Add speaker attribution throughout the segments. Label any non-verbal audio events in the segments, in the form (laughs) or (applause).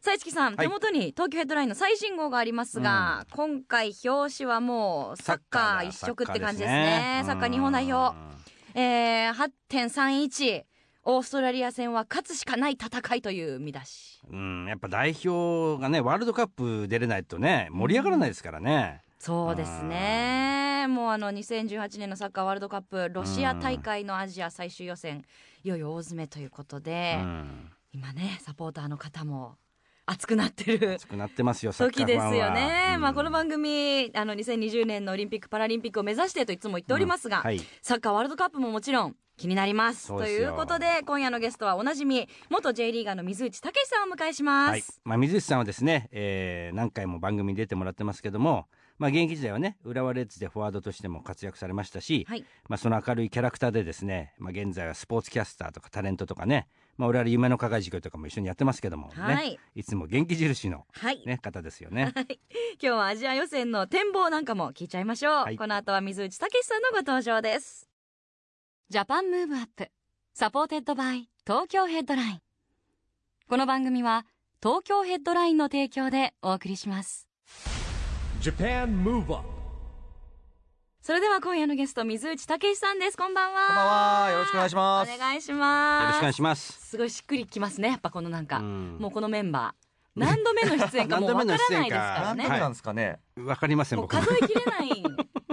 Speaker 1: さあ、市木さん、
Speaker 2: はい
Speaker 1: 手元に東京ヘッドラインの最新号がありますが、今回表紙はもうサッカー一色って感じですね。サッカー日本代表、えー、8.31オーストラリア戦は勝つしかない戦いという見出し。
Speaker 2: うんうんやっぱ代表がねワールドカップ出れないとね盛り上がらないですからね、
Speaker 1: そうですね。もうあの2018年のサッカーワールドカップロシア大会のアジア最終予選いよいよ大詰めということで、
Speaker 2: うん
Speaker 1: 今ねサポーターの方も熱くなってる
Speaker 2: 熱くなってますよ (laughs) サッカ
Speaker 1: 時
Speaker 2: ーフ
Speaker 1: で
Speaker 2: ァンは
Speaker 1: すよね。
Speaker 2: うん
Speaker 1: まあこの番組あの2020年のオリンピックパラリンピックを目指してといつも言っておりますが、
Speaker 2: うんはい
Speaker 1: サッカーワールドカップももちろん。気になります
Speaker 2: そう
Speaker 1: と
Speaker 2: ですよ
Speaker 1: いうことで今夜のゲストはおなじみ元 J リーガーの水内武さんをお迎えします、
Speaker 2: はいまあ、水内さんはですね、えー何回も番組に出てもらってますけども、まあ、現役時代はね浦和レッズでフォワードとしても活躍されましたし、
Speaker 1: はい
Speaker 2: まあ、その明るいキャラクターでですね、まあ、現在はスポーツキャスターとかタレントとかね、まあ、我々夢の課外授業とかも一緒にやってますけども、ね
Speaker 1: はい
Speaker 2: いつも元気印の、
Speaker 1: はい
Speaker 2: ね、方ですよね。
Speaker 1: 今日はアジア予選の展望なんかも聞いちゃいましょう、
Speaker 2: はい
Speaker 1: この後は水内武さんのご登場ですジャパンムーブアップサポーテッドバイ東京ヘッドラインこの番組は東京ヘッドラインの提供でお送りします
Speaker 3: Japan Move Up
Speaker 1: それでは今夜のゲスト水内武さんですこんばんは
Speaker 4: こんばんは。よろしくお願いします。
Speaker 1: お願いします
Speaker 2: よろしくお願いします。
Speaker 1: すごいしっくりきますねやっぱこのなんか、
Speaker 2: うん
Speaker 1: もうこのメンバー何度目の出演かもうわからないですから
Speaker 4: (laughs) 何
Speaker 1: ね
Speaker 4: 分なんですかね。
Speaker 2: わかりません
Speaker 1: もう
Speaker 2: 僕
Speaker 1: 数えきれない
Speaker 4: (laughs)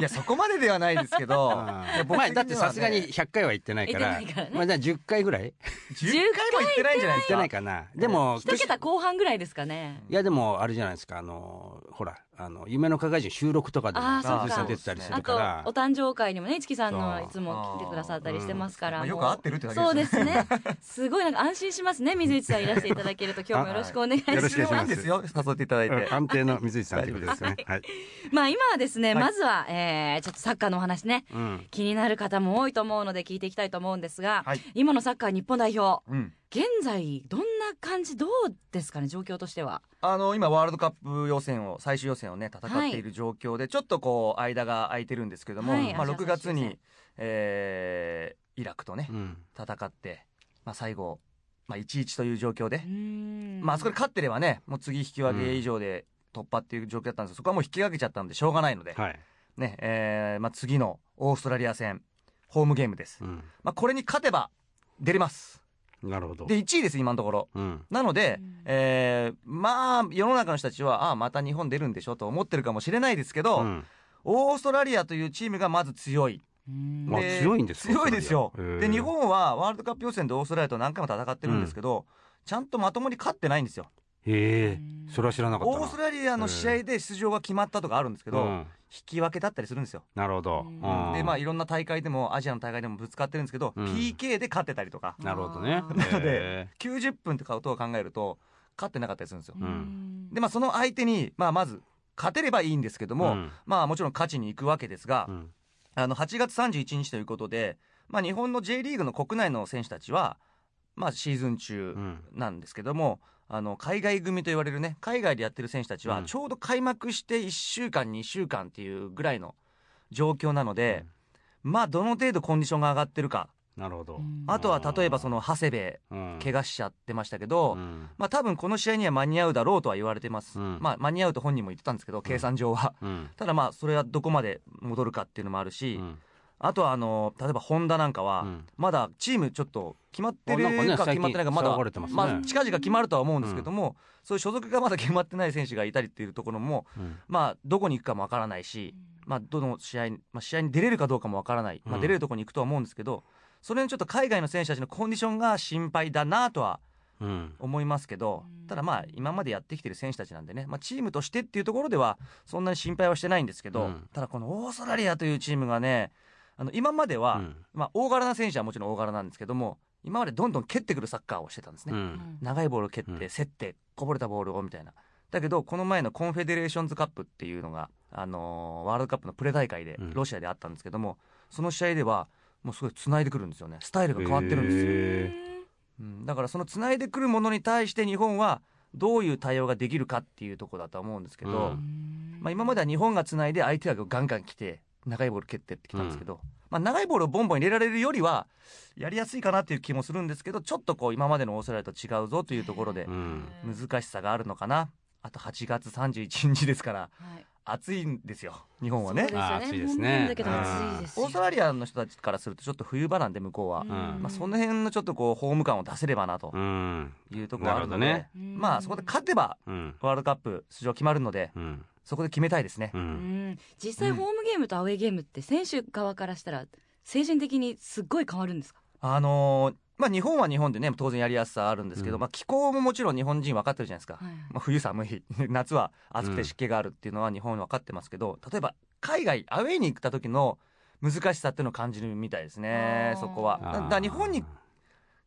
Speaker 4: いや、そこまでではないですけど。
Speaker 2: あ
Speaker 4: いや
Speaker 2: ーまあだってさすがに。100回は行ってないから
Speaker 1: 行ってないからね
Speaker 2: まあ、じゃあ10回ぐらい行
Speaker 4: 僕的にはね10回も行ってないんじゃないで
Speaker 2: っ
Speaker 4: す
Speaker 2: て
Speaker 4: か。
Speaker 2: ないかな。でも
Speaker 1: 一桁後半ぐらいですかね
Speaker 2: いやでもあれじゃないですかあのほらあの夢の課外人収録とかでも
Speaker 1: あーそう
Speaker 2: 水
Speaker 4: か
Speaker 2: 内さん出てたりす
Speaker 1: あ
Speaker 2: る
Speaker 1: と
Speaker 2: から
Speaker 1: お誕生会にもね市木さんの
Speaker 2: そう
Speaker 1: いつも来てくださったりしてますから、
Speaker 4: まあよく
Speaker 1: もう
Speaker 4: 合ってるってだけ
Speaker 1: そうで
Speaker 4: です
Speaker 1: すねすごいなんか安心しますね水内さんいらしていただけると今日もよろしくお願いしま
Speaker 2: よ
Speaker 1: す
Speaker 2: ろしくお願いします
Speaker 4: いいんですよ。誘っていただいて。
Speaker 2: うん安定の水内さんってことですね。はい。
Speaker 1: まあ今はですね、まずは、えー、ちょっとサッカーのお話ね
Speaker 2: うん。
Speaker 1: 気になる方も多いと思うので聞いていきたいと思うんですが、
Speaker 4: はい
Speaker 1: 今のサッカー日本代表
Speaker 4: うん。
Speaker 1: 現在どんな感じどうですかね状況としては
Speaker 4: あの、今、ワールドカップ予選を、最終予選をね、戦っている状況で、ちょっとこう、間が空いてるんですけども、
Speaker 1: はい
Speaker 4: まあ、6月
Speaker 1: アジア最終予
Speaker 4: に
Speaker 1: 選、
Speaker 4: えー、イラクとね
Speaker 2: う、ん。
Speaker 4: 戦って、まあ、最後、まあ、1-1という状況で
Speaker 1: う、ーん
Speaker 4: まあ、あそこで勝ってればね、もう次引き分け以上で突破っていう状況だったんですけど、そこはもう引き分けちゃったんで、しょうがないので、
Speaker 2: はい。
Speaker 4: ね、えー、まあ、次のオーストラリア戦、ホームゲームです。
Speaker 2: うん。
Speaker 4: まあ、これに勝てば、出れます。
Speaker 2: なるほど。
Speaker 4: で、1位です、今のところ。
Speaker 2: うん。
Speaker 4: なので
Speaker 1: うん、
Speaker 4: えー、まあ、世の中の人たちは、ああ、また日本出るんでしょと思ってるかもしれないですけど、
Speaker 2: うん
Speaker 4: オーストラリアというチームがまず強い。
Speaker 1: うーん
Speaker 2: まあ
Speaker 4: で
Speaker 2: 強いんですか
Speaker 4: 強いですよ
Speaker 2: オーストラリアへ。ー
Speaker 4: で、日本はワールドカップ予選でオーストラリアと何回も戦ってるんですけど、ちゃんとまともに勝ってないんですよ。
Speaker 2: へえ。それは知らなかったな。
Speaker 4: オーストラリアの試合で出場が決まったとかあるんですけど、
Speaker 2: うん
Speaker 4: 引き分けだったりするんですよ。
Speaker 2: なるほど。
Speaker 1: うん
Speaker 2: うん
Speaker 4: でまあいろんな大会でもアジアの大会でもぶつかってるんですけど、
Speaker 2: うん
Speaker 4: PK で勝ってたりとか
Speaker 2: なるほどね。
Speaker 4: なので
Speaker 2: へ
Speaker 4: 90分とかことを考えると勝ってなかったりするんですよ
Speaker 1: うーん
Speaker 4: でまあその相手に、まあ、まず勝てればいいんですけど
Speaker 2: え
Speaker 4: も、
Speaker 2: うん
Speaker 4: まあもちろん勝ちに行くわけですが、
Speaker 2: うん
Speaker 4: あの8月31日ということで、まあ、日本の J リーグの国内の選手たちは、まあ、シーズン中
Speaker 2: うん
Speaker 4: なんですけども、あの海外組と言われるね海外でやってる選手たち
Speaker 2: う
Speaker 4: は
Speaker 2: ん
Speaker 4: ちょうど開幕して1週間2週間っていうぐらいの状況なので、まあどの程度コンディションが上がってるか
Speaker 2: なるほど。
Speaker 4: あとは例えばその長谷部怪
Speaker 2: 我
Speaker 4: 我しちゃってましたけど、まあ多分この試合には間に合うだろうとは言われてます、
Speaker 2: うん
Speaker 4: まあ間に合うと本人も言ってたんですけど計算上は、 (laughs) ただまあそれはどこまで戻るかっていうのもあるし、あとはあの例えばホンダなんかは、まだチームちょっと決まってる
Speaker 2: あなんかね
Speaker 4: か決まってないかまだ
Speaker 2: 最近騒がれてますね
Speaker 4: まあ近々決まるとは思うんですけども、そういう所属がまだ決まってない選手がいたりっていうところもまあどこに行くかもわからないし、まあどの試合にまあ試合に出れるかどうかもわからない、ま
Speaker 2: う
Speaker 4: あ
Speaker 2: ん
Speaker 4: 出れるところに行くとは思うんですけど、それにちょっと海外の選手たちのコンディションが心配だなとは思いますけど
Speaker 1: うん、
Speaker 4: ただまあ今までやってきてる選手たちなんでね、まあチームとしてっていうところではそんなに心配はしてないんですけど、
Speaker 2: うん
Speaker 4: ただこのオーストラリアというチームがね、あの今までは、まあ、大柄な選手はもちろん大柄なんですけども今までどんどん蹴ってくるサッカーをしてたんですね、長いボールを蹴って、
Speaker 2: うん
Speaker 4: 競ってこぼれたボールをみたいなだけどこの前のコンフェデレーションズカップっていうのが、あのーワールドカップのプレ大会で
Speaker 2: うん
Speaker 4: ロシアであったんですけども、その試合ではもうすごい繋いでくるんですよねスタイルが変わってるんですよ、
Speaker 2: へ
Speaker 4: うん、だからその繋いでくるものに対して日本はどういう対応ができるかっていうところだとは思うんですけど、
Speaker 2: うん
Speaker 4: まあ、今までは日本が繋いで相手がガンガン来て長いボール蹴ってってきたんですけど、まあ、長いボールをボンボン入れられるよりはやりやすいかなっていう気もするんですけどちょっとこう今までのオーストラリアと違うぞというところで
Speaker 2: ーうん
Speaker 4: 難しさがあるのかなあと8月31日ですから
Speaker 1: はい
Speaker 4: 暑いんですよ日本は
Speaker 1: そう
Speaker 4: ね
Speaker 1: ですよ
Speaker 2: あー暑いですね
Speaker 1: だけど暑いです
Speaker 4: オ
Speaker 1: よ
Speaker 4: ーストラリアの人たちからするとちょっと冬場なんで向こうは、
Speaker 1: うん
Speaker 4: まあ、その辺のちょっとこうホーム感を出せればなと
Speaker 2: うん
Speaker 4: いうところがあるので、
Speaker 2: なる
Speaker 1: ほどね
Speaker 4: まあそこで勝てば
Speaker 2: うん
Speaker 4: ワールドカップ出場決まるので
Speaker 2: うん
Speaker 4: そこで決めたいですね
Speaker 2: う
Speaker 1: うんん実際
Speaker 4: うん
Speaker 1: ホームゲームとアウェーゲームって選手側からしたら精神的にすっごい変わるんですか
Speaker 4: あのーまあ、日本は日本でね当然やりやすさあるんですけど、
Speaker 2: うん
Speaker 4: まあ、気候ももちろん日本人分かってるじゃないですか、
Speaker 1: はい
Speaker 4: まあ、冬寒い (laughs) 夏は暑く
Speaker 2: う
Speaker 4: て
Speaker 2: ん
Speaker 4: 湿気があるっていうのは日本分かってますけど例えば海外アウェイに行った時の難しさっていうのを感じるみたいですね
Speaker 1: あー
Speaker 4: そこは。だだから日本に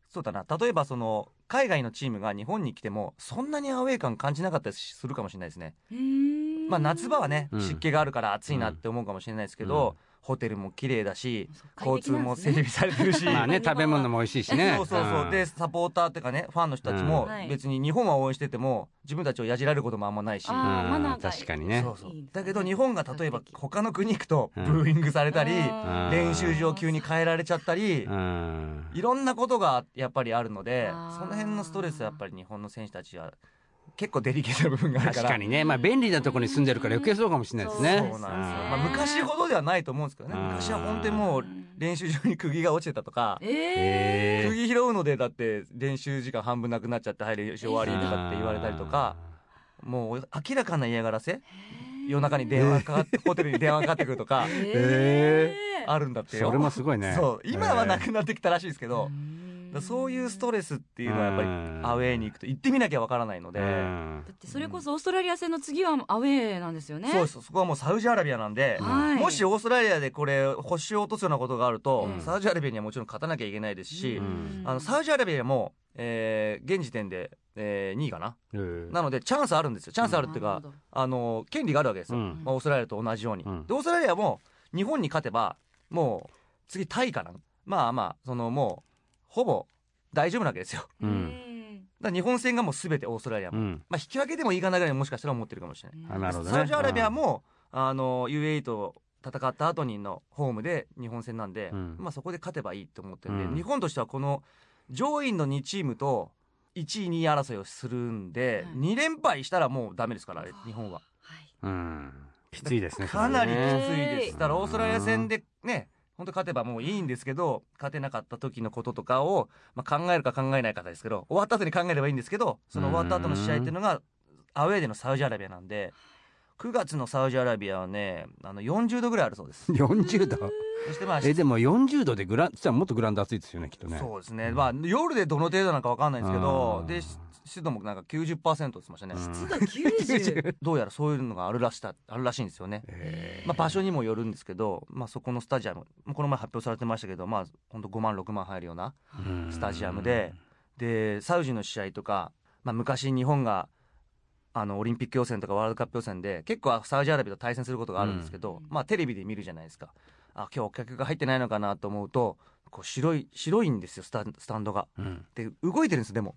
Speaker 4: そうだな例えばその海外のチームが日本に来てもそんなにアウェー感感じなかったりするかもしれないですね。まあ、夏場はね、
Speaker 2: うん
Speaker 4: 湿気があるから暑いなって思うかもしれないですけ
Speaker 2: う
Speaker 4: ど、
Speaker 2: ん
Speaker 4: ホテルも綺麗だし
Speaker 1: 快
Speaker 4: 交
Speaker 1: 適
Speaker 4: 通
Speaker 1: なん
Speaker 4: も
Speaker 1: ですね
Speaker 4: 整備されてるし、
Speaker 2: まあ
Speaker 1: (laughs)
Speaker 2: ね食べ物も美味しいしね
Speaker 4: (laughs) そうそうそう、
Speaker 2: ん
Speaker 4: でサポーターっていうかねファンの人たち
Speaker 2: う
Speaker 4: も
Speaker 1: んはい
Speaker 4: 別に日本は応援してても自分たちをやじられることもあんまないし、
Speaker 1: あー
Speaker 2: うん
Speaker 1: マナーが
Speaker 2: 確かにね
Speaker 4: そうそう
Speaker 1: いいですね
Speaker 4: だけど日本が例えば
Speaker 1: 比較的
Speaker 4: 他の国行くと
Speaker 2: う
Speaker 4: ブ
Speaker 2: ん
Speaker 4: ーイングされたり、
Speaker 2: ん
Speaker 4: 練習場急に変えられちゃったり、
Speaker 2: うん
Speaker 4: いろんなことがやっぱりあるので
Speaker 1: あー
Speaker 4: その辺のストレスはやっぱり日本の選手たちは結構デリケートな部分があるから
Speaker 2: 確かにねまあ便利なところに住んでるから余計そうかもしれないですね
Speaker 4: そうなんですよ、
Speaker 1: ね
Speaker 4: まあ、昔ほどではないと思うんですけどね
Speaker 2: うん
Speaker 4: 昔は本当にもう練習場に釘が落ちてたとか
Speaker 1: え
Speaker 2: へ
Speaker 1: え
Speaker 2: ー
Speaker 4: 釘拾うのでだって練習時間半分なくなっちゃってはい練習終わりとかって言われたりとかもう明らかな嫌がらせ夜中に電話かかってホテルに電話かかってくると
Speaker 1: (laughs)
Speaker 4: か
Speaker 2: え
Speaker 4: あるんだってよ
Speaker 2: それもすごいね
Speaker 4: そう今はな
Speaker 2: え
Speaker 4: くなってきたらしいですけどだからそういうストレスっていうのはやっぱり
Speaker 2: うん
Speaker 4: アウェーに行くと行ってみなきゃわからないので
Speaker 2: ー
Speaker 1: だってそれこそオーストラリア戦の次はアウェーなんですよね
Speaker 4: そうですそこはもうサウジアラビアなんで
Speaker 1: はい
Speaker 4: もしオーストラリアでこれ星を落とすようなことがあると
Speaker 1: うん
Speaker 4: サウジアラビアにはもちろん勝たなきゃいけないですし
Speaker 2: うん
Speaker 4: あのサウジアラビアもえー現時点でえー2位かななのでチャンスあるんですよチャンスあるっていう
Speaker 1: な
Speaker 4: か
Speaker 1: るほど
Speaker 4: あの権利があるわけですよ、
Speaker 2: うん
Speaker 4: まあ、オーストラリアと同じように、
Speaker 2: うん
Speaker 4: でオーストラリアも日本に勝てばもう次タイかなまあまあそのもうほぼ大丈夫なわけですよ
Speaker 2: う
Speaker 1: うんん
Speaker 4: だから日本戦がもう全てオーストラリア
Speaker 2: う
Speaker 4: も、
Speaker 2: ん
Speaker 4: まあ、引き分けでもいいかなぐらいにもしかしたら思ってるかもしれない、
Speaker 2: あなるほどね
Speaker 4: サウジアラビアも、あの UAE と戦った後にのホームで日本戦なんで、
Speaker 2: うん
Speaker 4: まあ、そこで勝てばいいと思ってるんで、
Speaker 2: うん
Speaker 4: 日本としてはこの上位の2チームと1位2位争いをするんで、
Speaker 1: はい
Speaker 4: 2連敗したらもうダメですから日本は。
Speaker 1: はい
Speaker 2: うんきついですね
Speaker 4: かなりきつ
Speaker 2: そ
Speaker 4: い
Speaker 2: れね
Speaker 4: で
Speaker 1: え
Speaker 4: す。
Speaker 1: ー
Speaker 4: だからオーストラリア戦でね、本当勝てばもういいんですけど、勝てなかった時のこととかを、まあ、考えるか考えないかですけど、終わった後に考えればいいんですけど、その終わった後の試合っていうのが、アウェーでのサウジアラビアなんで、9月のサウジアラビアはね、あの40度ぐらいあるそうです。
Speaker 2: (laughs) 40度
Speaker 4: そしてまあ、
Speaker 2: えでも40度でグランじゃあもっとグラウンド暑いですよねきっとね
Speaker 4: そうですね、まあ、夜でどの程度なのか分かんないんですけ
Speaker 2: う
Speaker 4: ど
Speaker 2: ん、
Speaker 4: で、し湿度もなんか90%って言ってましたね。
Speaker 1: 湿度90
Speaker 4: どうやらそういうのがあるらしたあるらしいんですよね。
Speaker 2: え
Speaker 4: まあ、場所にもよるんですけど、まあ、そこのスタジアムこの前発表されてましたけど、まあ、本当5万6万入るような
Speaker 2: ーうん
Speaker 4: スタジアムででサウジの試合とか、まあ、昔日本があのオリンピック予選とかワールドカップ予選で結構サウジアラビアと対戦することがあるんですけど、
Speaker 1: うん
Speaker 4: まあ、テレビで見るじゃないですかあ今日お客が入ってないのかなと思うとこう白い白いんですよスタンスタンドが。
Speaker 2: うん
Speaker 4: で動いてるんですでも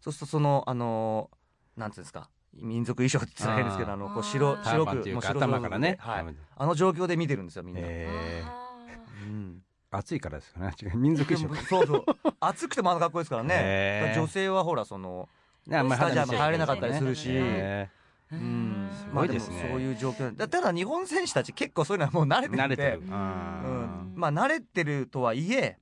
Speaker 4: そうするとそのあのーなんていうんですか民族衣装って言ったら変ですけ
Speaker 2: あ
Speaker 4: ど
Speaker 2: ー
Speaker 4: あのこう
Speaker 1: あ
Speaker 4: 白
Speaker 1: ー
Speaker 2: ター
Speaker 4: 白く
Speaker 2: バンっていうか
Speaker 4: もう白装束
Speaker 2: 頭からね
Speaker 4: ではい
Speaker 2: ダメだ
Speaker 4: あの状況で見てるんですよみんな、
Speaker 2: えー
Speaker 1: あ
Speaker 4: うん
Speaker 2: 暑いからですかね違う民族衣装か
Speaker 4: そうそう暑くてもあの格好ですからね、
Speaker 2: へー
Speaker 4: だから女性はほらその
Speaker 2: ねあんま
Speaker 4: ス
Speaker 2: り
Speaker 4: タジ
Speaker 2: 肌
Speaker 4: アム
Speaker 2: 見せ
Speaker 4: 入れなかったりする
Speaker 2: て
Speaker 4: し、
Speaker 2: ねえ
Speaker 1: ー
Speaker 4: うん
Speaker 2: す
Speaker 4: ま
Speaker 2: ご
Speaker 4: あ
Speaker 2: いですね
Speaker 4: もそういう状況だただ日本選手たち結構そういうのはもう慣れ
Speaker 2: ー
Speaker 4: てる
Speaker 2: 慣
Speaker 4: んで
Speaker 2: れてるうん
Speaker 4: うん、まあ慣れてるとはいえ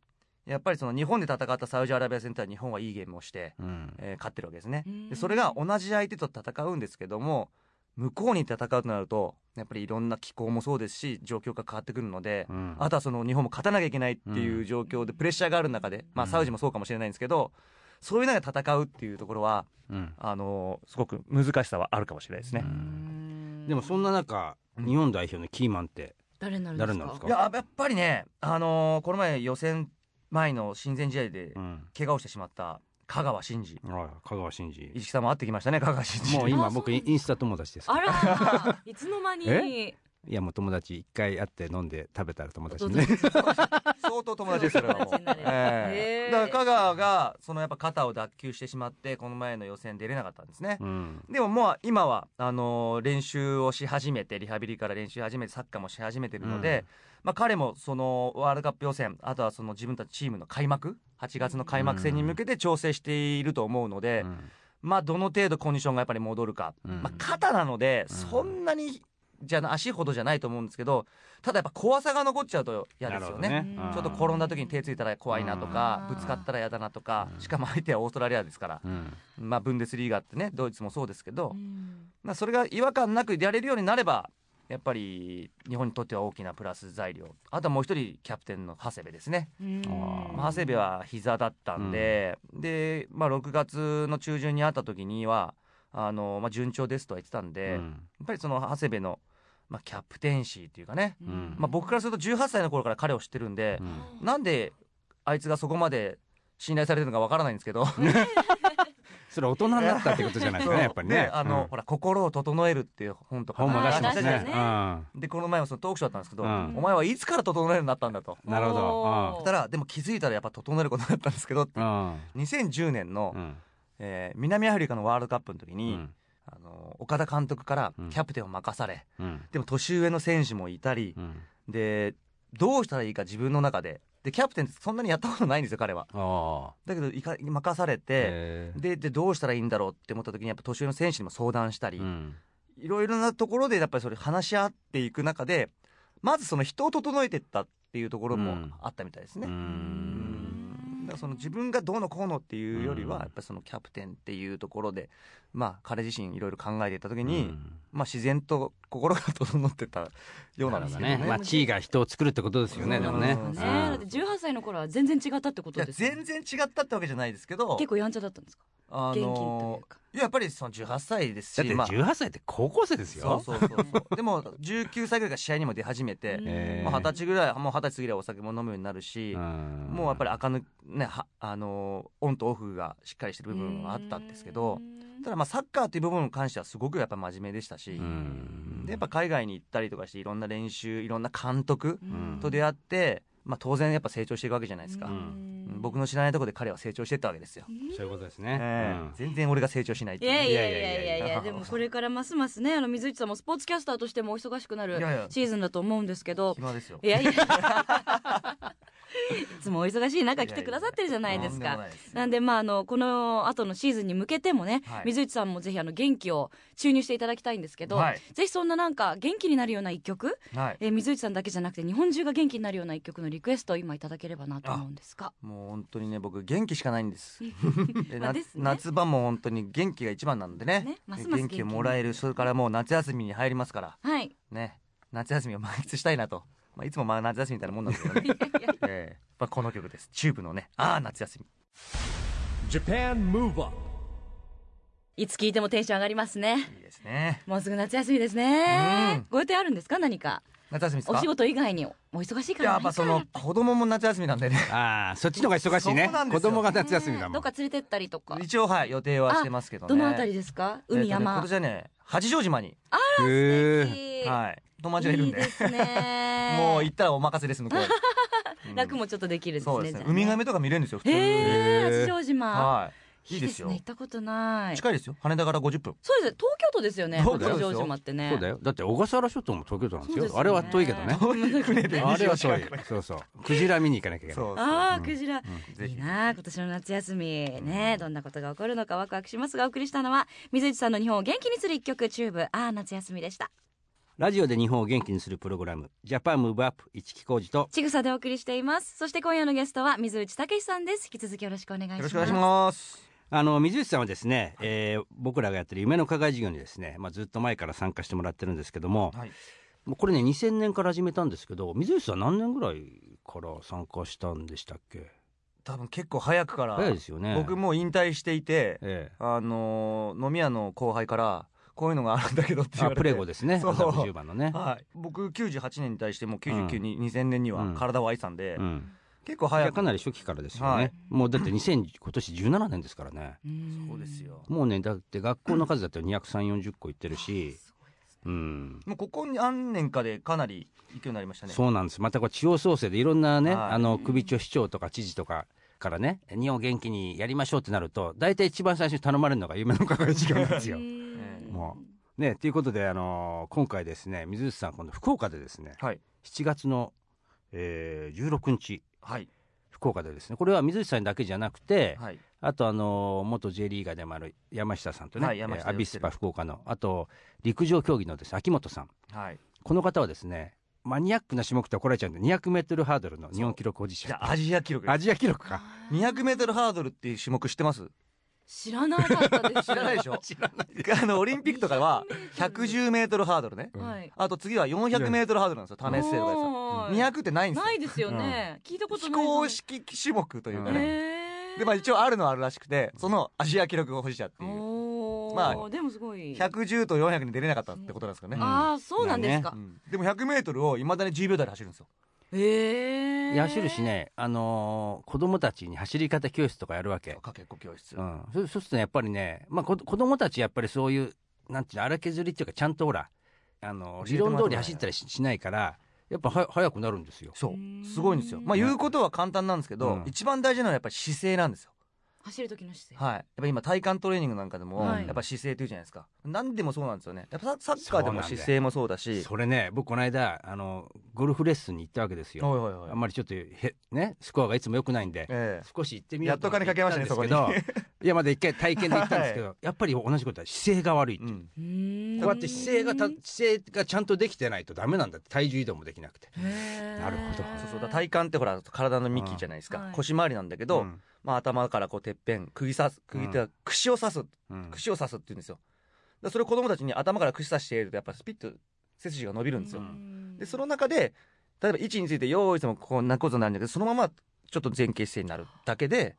Speaker 4: やっぱりその日本で戦ったサウジアラビア戦ってのは日本はいいゲームをして、
Speaker 2: うん
Speaker 4: えー勝ってるわけですね
Speaker 1: うん
Speaker 4: でそれが同じ相手と戦うんですけども向こうに戦うとなるとやっぱりいろんな気候もそうですし状況が変わってくるので、
Speaker 2: うん
Speaker 4: あとはその日本も勝たなきゃいけないって
Speaker 2: う
Speaker 4: い
Speaker 2: ん
Speaker 4: う状況でプレッシャーがある中で、ま
Speaker 2: う
Speaker 4: あ、
Speaker 2: ん
Speaker 4: サウジもそうかもしれないんですけど、そういう中で戦うっていうところは
Speaker 2: うん
Speaker 4: あのすごく難しさはあるかもしれないですね。
Speaker 2: でもそんな中日本代表のキーマンって
Speaker 1: 誰になるんですか
Speaker 2: 誰なんですか
Speaker 4: いややっぱりね、あのこの前予選前の親善試合で
Speaker 2: うん
Speaker 4: 怪我をしてしまった香川真司
Speaker 2: ああ香川真司
Speaker 4: 一木さんも会ってきましたね香川真司
Speaker 2: もう
Speaker 1: いい
Speaker 2: 今
Speaker 1: あ
Speaker 2: 僕
Speaker 1: そう
Speaker 2: イ
Speaker 1: なんだ
Speaker 2: ンスタ友達です
Speaker 1: あら
Speaker 2: (laughs)
Speaker 1: いつの間に
Speaker 2: えいやもう友達一回会って飲んで食べたら友達
Speaker 1: どう
Speaker 2: ね
Speaker 1: ぞ
Speaker 4: 相当友達ですそれは
Speaker 1: (laughs)
Speaker 4: も
Speaker 1: 友達
Speaker 4: う
Speaker 1: になれる
Speaker 4: え
Speaker 1: へ
Speaker 4: え
Speaker 1: え
Speaker 4: だから香川がそのやっぱ肩を脱臼してしまってこの前の予選出れなかったんですね
Speaker 2: うん
Speaker 4: でももう今はあのー練習をし始めてリハビリから練習始めてサッカーもし始めてるので、まあ、彼もそのワールドカップ予選あとはその自分たちチームの開幕8月の開幕戦に向けて調整していると思うので、
Speaker 2: うん
Speaker 4: まあ、どの程度コンディションがやっぱり戻るか、
Speaker 2: うん
Speaker 4: まあ、肩なので
Speaker 2: うん
Speaker 4: そんなにじゃな足ほどじゃないと思うんですけどただやっぱ怖さが残っちゃうと嫌ですよね。
Speaker 2: なるほど
Speaker 1: うん
Speaker 4: ちょっと転んだ時に手ついたら怖いなとか
Speaker 1: うん
Speaker 4: ぶつかったら嫌だなとか
Speaker 2: うん
Speaker 4: しかも相手はオーストラリアですから、
Speaker 2: うん
Speaker 4: まあ、ブンデスリーガってねドイツもそうですけど、
Speaker 1: うん
Speaker 4: まあ、それが違和感なくやれるようになればやっぱり日本にとっては大きなプラス材料あとはもう一人キャプテンの長谷部ですね、
Speaker 1: うん
Speaker 2: あー
Speaker 4: まあ、長谷部は膝だったんで、で、まあ、6月の中旬に会った時にはあの、まあ、順調ですとは言ってたんで、
Speaker 2: う
Speaker 4: やっ
Speaker 2: ん
Speaker 4: ぱりその長谷部の、まあ、キャプテンシーっていうかね、
Speaker 2: うん
Speaker 4: まあ、僕からすると18歳の頃から彼を知ってるんで
Speaker 2: う、ん
Speaker 4: なんであいつがそこまで信頼されてるのかわからないんですけど
Speaker 2: それ大人になったってことじゃない
Speaker 4: (laughs)
Speaker 2: ですかねやっぱりね
Speaker 4: であの、
Speaker 2: うん
Speaker 4: ほら「心を整える」っていう本とか
Speaker 2: 本も出してます
Speaker 1: あー出
Speaker 2: ね
Speaker 1: して
Speaker 2: う
Speaker 1: ますね
Speaker 2: ん
Speaker 4: でこの前もそのトークショーだったんですけど、
Speaker 2: うん
Speaker 4: お前はいつから整えるようになったんだと。
Speaker 2: なるほ
Speaker 4: そ
Speaker 2: ど
Speaker 4: したらでも気づいたらやっぱ整えることだったんですけど
Speaker 2: うんうん
Speaker 4: 2010年の、
Speaker 2: うん
Speaker 4: えー南アフリカのワールドカップの時
Speaker 2: う
Speaker 4: に、
Speaker 2: ん
Speaker 4: あの岡田監督から
Speaker 2: うん
Speaker 4: キャプテンを任され、
Speaker 2: うん
Speaker 4: でも年上の選手もいたり
Speaker 2: う、ん
Speaker 4: でどうしたらいいか自分の中ででキャプテンってそんなにやったことないんですよ彼は。
Speaker 2: ああ
Speaker 4: だけどいか任されて、
Speaker 2: へえ
Speaker 4: ででどうしたらいいんだろうって思った時にやっぱ年上の選手にも相談したり、
Speaker 2: うん
Speaker 4: いろいろなところでやっぱりそれ話し合っていく中でまずその人を整えてったっていうところ
Speaker 2: う
Speaker 4: も
Speaker 2: ん
Speaker 4: あったみたいです
Speaker 2: う
Speaker 4: ね。うんんだからその自分がどうのこうのっていうより
Speaker 2: う
Speaker 4: は
Speaker 2: ん
Speaker 4: やっぱりそのキャプテンっていうところでまあ彼自身いろいろ考えていった時
Speaker 2: う
Speaker 4: に、
Speaker 2: ん
Speaker 4: まあ自然と心が整ってたようなんですけど
Speaker 2: なる
Speaker 4: ね
Speaker 2: ほど。まあ地位が人を作るってことですよねでもね
Speaker 4: そう
Speaker 1: ね
Speaker 4: ん
Speaker 1: だって18歳の頃は全然違ったってこ
Speaker 4: い
Speaker 1: と
Speaker 4: や
Speaker 1: ですよね
Speaker 4: 全然違ったってわけじゃないですけど
Speaker 1: 結構やんちゃだったんですか
Speaker 4: あ
Speaker 1: 元気というか
Speaker 4: いややっぱりその18歳ですし
Speaker 2: だって
Speaker 4: まあ
Speaker 2: 18歳って高校生ですよ
Speaker 4: そうそうそうそうでも19歳ぐらいから試合にも出始めて、
Speaker 2: ええ
Speaker 4: まあ、二十歳ぐらいもう二十歳ぐらいはお酒も飲むようになるし、も
Speaker 2: も
Speaker 4: うやっぱり赤抜ねはあのーオンとオフがしっかりしてる部分はあったんですけどただまあサッカーという部分に関してはすごくやっぱ真面目でしたし、
Speaker 2: ん
Speaker 4: でやっぱ海外に行ったりとかしていろんな練習いろんな監督
Speaker 2: ん
Speaker 4: と出会って、まあ、当然やっぱ成長していくわけじゃないですか、
Speaker 2: うん
Speaker 1: ん
Speaker 4: 僕の知らないところで彼は成長していったわけですよ、
Speaker 2: そういうことですね
Speaker 4: ええ全然俺が成長しないって
Speaker 1: いうやい
Speaker 4: ね
Speaker 1: やいやいやい
Speaker 4: いやいやい
Speaker 1: や
Speaker 4: や (laughs)
Speaker 1: でもこれからますますねあの水内さんもスポーツキャスターとしてもお忙しくない
Speaker 4: やい
Speaker 1: る
Speaker 4: や
Speaker 1: シーズンだと思うんですけど
Speaker 4: 暇ですよ
Speaker 1: いやいやいつもお忙し (laughs) い中来てくださってるじゃないです
Speaker 4: とんでも
Speaker 1: か
Speaker 4: ないです
Speaker 1: なんでまああのこの後のシーズンに向けてもね、
Speaker 4: はい
Speaker 1: 水内さんもぜひあの元気を注入していただきたいんですけど、
Speaker 4: はい
Speaker 1: ぜひそんななんか元気になるような一曲、
Speaker 4: はい
Speaker 1: えー水内さんだけじゃなくて日本中が元気になるような一曲のリクエストを今いただければなと思うんです
Speaker 4: (laughs)
Speaker 1: が
Speaker 4: もう本当にね僕元気しかないんですで
Speaker 1: まあ
Speaker 4: な
Speaker 1: ですね
Speaker 4: 夏場も本当に元気が一番なんでね
Speaker 1: ねますます元
Speaker 4: 元
Speaker 1: 気に
Speaker 4: 気をもらえるそれからもう夏休みに入りますから
Speaker 1: はい
Speaker 4: ね夏休みを満喫したいなと、まあ、いつもまあ夏休みみたいなもんなんですけど
Speaker 1: (laughs)
Speaker 4: ね、ええまあ、この曲ですチューブのね「ああ夏休み
Speaker 3: Japan Move Up
Speaker 1: いつ聞いてもテンション上がりますね」
Speaker 4: いいですね
Speaker 1: もうすぐ夏休みですね
Speaker 4: うん
Speaker 1: ご予定あるんですか何か
Speaker 4: 夏休みです
Speaker 1: お
Speaker 4: か
Speaker 1: 仕事以外にお忙しい
Speaker 4: い
Speaker 1: か
Speaker 4: や
Speaker 1: ら
Speaker 4: やっぱその子供も夏休みなんでね
Speaker 2: ああそっちの方が忙しい
Speaker 4: そ
Speaker 2: ね
Speaker 4: うなんです
Speaker 2: 子
Speaker 4: よ
Speaker 2: 供が夏休みだ
Speaker 1: ど
Speaker 2: も
Speaker 1: っ
Speaker 2: ん
Speaker 1: か連れてったりとか
Speaker 4: 一応はい予定はしてますけどね
Speaker 1: どのあたり
Speaker 4: で
Speaker 1: ですか海山
Speaker 4: 今年はね八丈島に、
Speaker 2: へえ
Speaker 4: はい、友達がいるんで
Speaker 1: いいですね
Speaker 4: (laughs) もう行ったらお任せです向こ
Speaker 1: (laughs)
Speaker 4: う、うん
Speaker 1: 楽もちょっとできるんです
Speaker 4: そう
Speaker 1: ね
Speaker 4: ですね
Speaker 1: じゃあ
Speaker 4: ウ
Speaker 1: ね
Speaker 4: ミガメとか見れるんですよ普通に、
Speaker 1: へ
Speaker 2: へ
Speaker 1: え
Speaker 2: ー
Speaker 1: 八丈島
Speaker 4: はいいいですよ
Speaker 1: ね行ったことない
Speaker 4: 近いですよ羽田から50分
Speaker 1: そうです東京都ですよね
Speaker 4: そう
Speaker 1: 八
Speaker 4: だよ
Speaker 1: 丈島ってね
Speaker 2: そうだよだって小笠原諸島も東京都なんです
Speaker 1: そう
Speaker 2: よ
Speaker 1: ですよね
Speaker 2: あれは遠いけど
Speaker 4: (laughs)
Speaker 2: ね
Speaker 4: 船で
Speaker 2: あれは遠いそうそうクジラ見に行かなきゃいけない
Speaker 4: そう
Speaker 1: ああクジラ
Speaker 4: ぜ
Speaker 1: い
Speaker 4: ひ
Speaker 1: いなあ今年の夏休みねどんなことが起こるのかワクワクしますがお送りしたのは水内さんの日本を元気にする一曲チューブああ夏休みでした
Speaker 2: ラジオで日本を元気にするプログラムジャパンムーブアップ一木工事と
Speaker 1: ちぐさでお送りしていますそして今夜のゲストは水内武さんです引き続きよろしくお願いします
Speaker 4: よろしくお願いします
Speaker 2: あの水内さんはですね、えー僕らがやってる夢の課外事業にですね、まあ、ずっと前から参加してもらってるんですけども、
Speaker 4: はい
Speaker 2: もうこれね2000年から始めたんですけど水内さん何年ぐらいから参加したんでしたっけ
Speaker 4: 多分結構早くから
Speaker 2: 早いですよね
Speaker 4: 僕もう引退していて
Speaker 2: ええ
Speaker 4: あのー飲み屋の後輩からこういうのがあるんだけどって言
Speaker 2: あ
Speaker 4: われて
Speaker 2: プレゴですね
Speaker 4: そう
Speaker 2: 10番のね、
Speaker 4: はい僕98年に対してもう99
Speaker 2: うん
Speaker 4: に2000年に
Speaker 2: う
Speaker 4: は
Speaker 2: ん
Speaker 4: 体を愛したんで
Speaker 2: うん
Speaker 4: 結構
Speaker 2: い
Speaker 4: 早
Speaker 2: やか
Speaker 4: く
Speaker 2: なり初期からですよね、
Speaker 4: はい
Speaker 2: もうだって2000今年17年ですからね
Speaker 1: うん
Speaker 4: そうですよ
Speaker 2: もうねだって学校の数だって230個いってるし、うん
Speaker 4: もうここに何年かでかなり行くようになりましたね
Speaker 2: そうなんですまたこれ地方創生でいろんなね、
Speaker 4: はい
Speaker 2: あの首長市長とか知事とかからね日本を元気にやりましょうってなると大体一番最初に頼まれるのが夢の輝きなんですよ。
Speaker 1: うん
Speaker 2: もうねということで、あのー今回ですね水内さん今度福岡でですね
Speaker 4: はい
Speaker 2: 7月の、えー16日
Speaker 4: はい
Speaker 2: 福岡でですねこれは水内さんだけじゃなくて、
Speaker 4: はい
Speaker 2: あとあのー元 J リーガーでもある山下さんとね、
Speaker 4: はい山下
Speaker 2: えーアビスパ
Speaker 4: 洋
Speaker 2: 福岡のあと陸上競技のですね秋元さん
Speaker 4: はい
Speaker 2: この方はですねマニアックな種目って怒られちゃうんで 200m ハードルの日本記録保持
Speaker 4: じゃ
Speaker 2: 者
Speaker 4: あアジア記録
Speaker 2: アジア記録か
Speaker 4: 2 0 0ルハードルっていう種目知ってます
Speaker 1: 知らなかったです
Speaker 4: (laughs) 知らないで
Speaker 1: (laughs)
Speaker 4: しょ知らない (laughs) あのオリンピックとかは1 1 0ルハードルね
Speaker 1: はい
Speaker 4: あと次は4 0 0ルハードルなんですよ種制とかでさ
Speaker 1: はい
Speaker 4: 200ってないんですよ
Speaker 1: ないですよね聞いたこと
Speaker 4: 非
Speaker 1: ない
Speaker 4: 公式種目というか
Speaker 1: へ
Speaker 4: ね、
Speaker 1: ー
Speaker 4: でまあ一応あるのはあるらしくてそのアジア記録保持者っていう
Speaker 1: おー
Speaker 4: まあ
Speaker 1: でもすごい
Speaker 4: 110と400に出れなかったってことなんですかね、
Speaker 1: ああそうなんですか
Speaker 4: うんでも 100m をいまだに10秒台で走るんですよ
Speaker 1: へえ
Speaker 2: いや走るしね、あのー子供たちに走り方教室とかやるわけ、
Speaker 4: かけっこ教室、
Speaker 2: うん、そそうするとねやっぱりね、まあ、こ子供たちやっぱりそういうなんていうの荒削りっていうかちゃんとほら、あの
Speaker 4: 教
Speaker 2: 理
Speaker 4: えてもら
Speaker 2: 論通
Speaker 4: ったことない
Speaker 2: り走ったりししないからやっぱは速くなるんですよ
Speaker 4: そううんすごいんですよまあ言うことは簡単なんですけど、
Speaker 2: うん
Speaker 4: 一番大事なのはやっぱり姿勢なんですよ
Speaker 1: 走る時の姿勢
Speaker 4: はいやっぱ今体幹トレーニングなんかでも、
Speaker 1: はい
Speaker 4: やっぱ姿勢っていうじゃないですか何でもそうなんですよねやっぱササッカーでも姿勢もそうだし
Speaker 2: それね僕この間あのゴルフレッスンに行ったわけですよ
Speaker 4: おいおいおい
Speaker 2: あんまりちょっとへ、ね、スコアがいつも良くないんで
Speaker 4: ええ
Speaker 2: 少し行ってみよ
Speaker 4: や
Speaker 2: う
Speaker 4: っと金かけましたねそこに、
Speaker 2: 行ったんですけど (laughs) いやまだ一回体験で行ったんですけど、やっぱり同じことだ姿勢が悪いって
Speaker 4: (laughs) う
Speaker 2: いう、
Speaker 4: ん、
Speaker 1: うーん
Speaker 2: こうやって姿勢がた姿勢がちゃんとできてないとダメなんだって体重移動もできなくてな
Speaker 1: な
Speaker 2: るほど
Speaker 4: そうそうだから体幹ってほら体の幹じゃないですか、
Speaker 1: はい
Speaker 4: 腰回りなんだけど、まあ、頭からこうてっぺん釘刺す釘ってか串を刺す
Speaker 2: うん
Speaker 4: 串を刺すって言うんですよだからそれを子供たちに頭から串刺しているとやっぱスピッと背筋が伸びるんですよ、でその中で例えば位置について用意してもこうなことになるんだけどそのままちょっと前傾姿勢になるだけで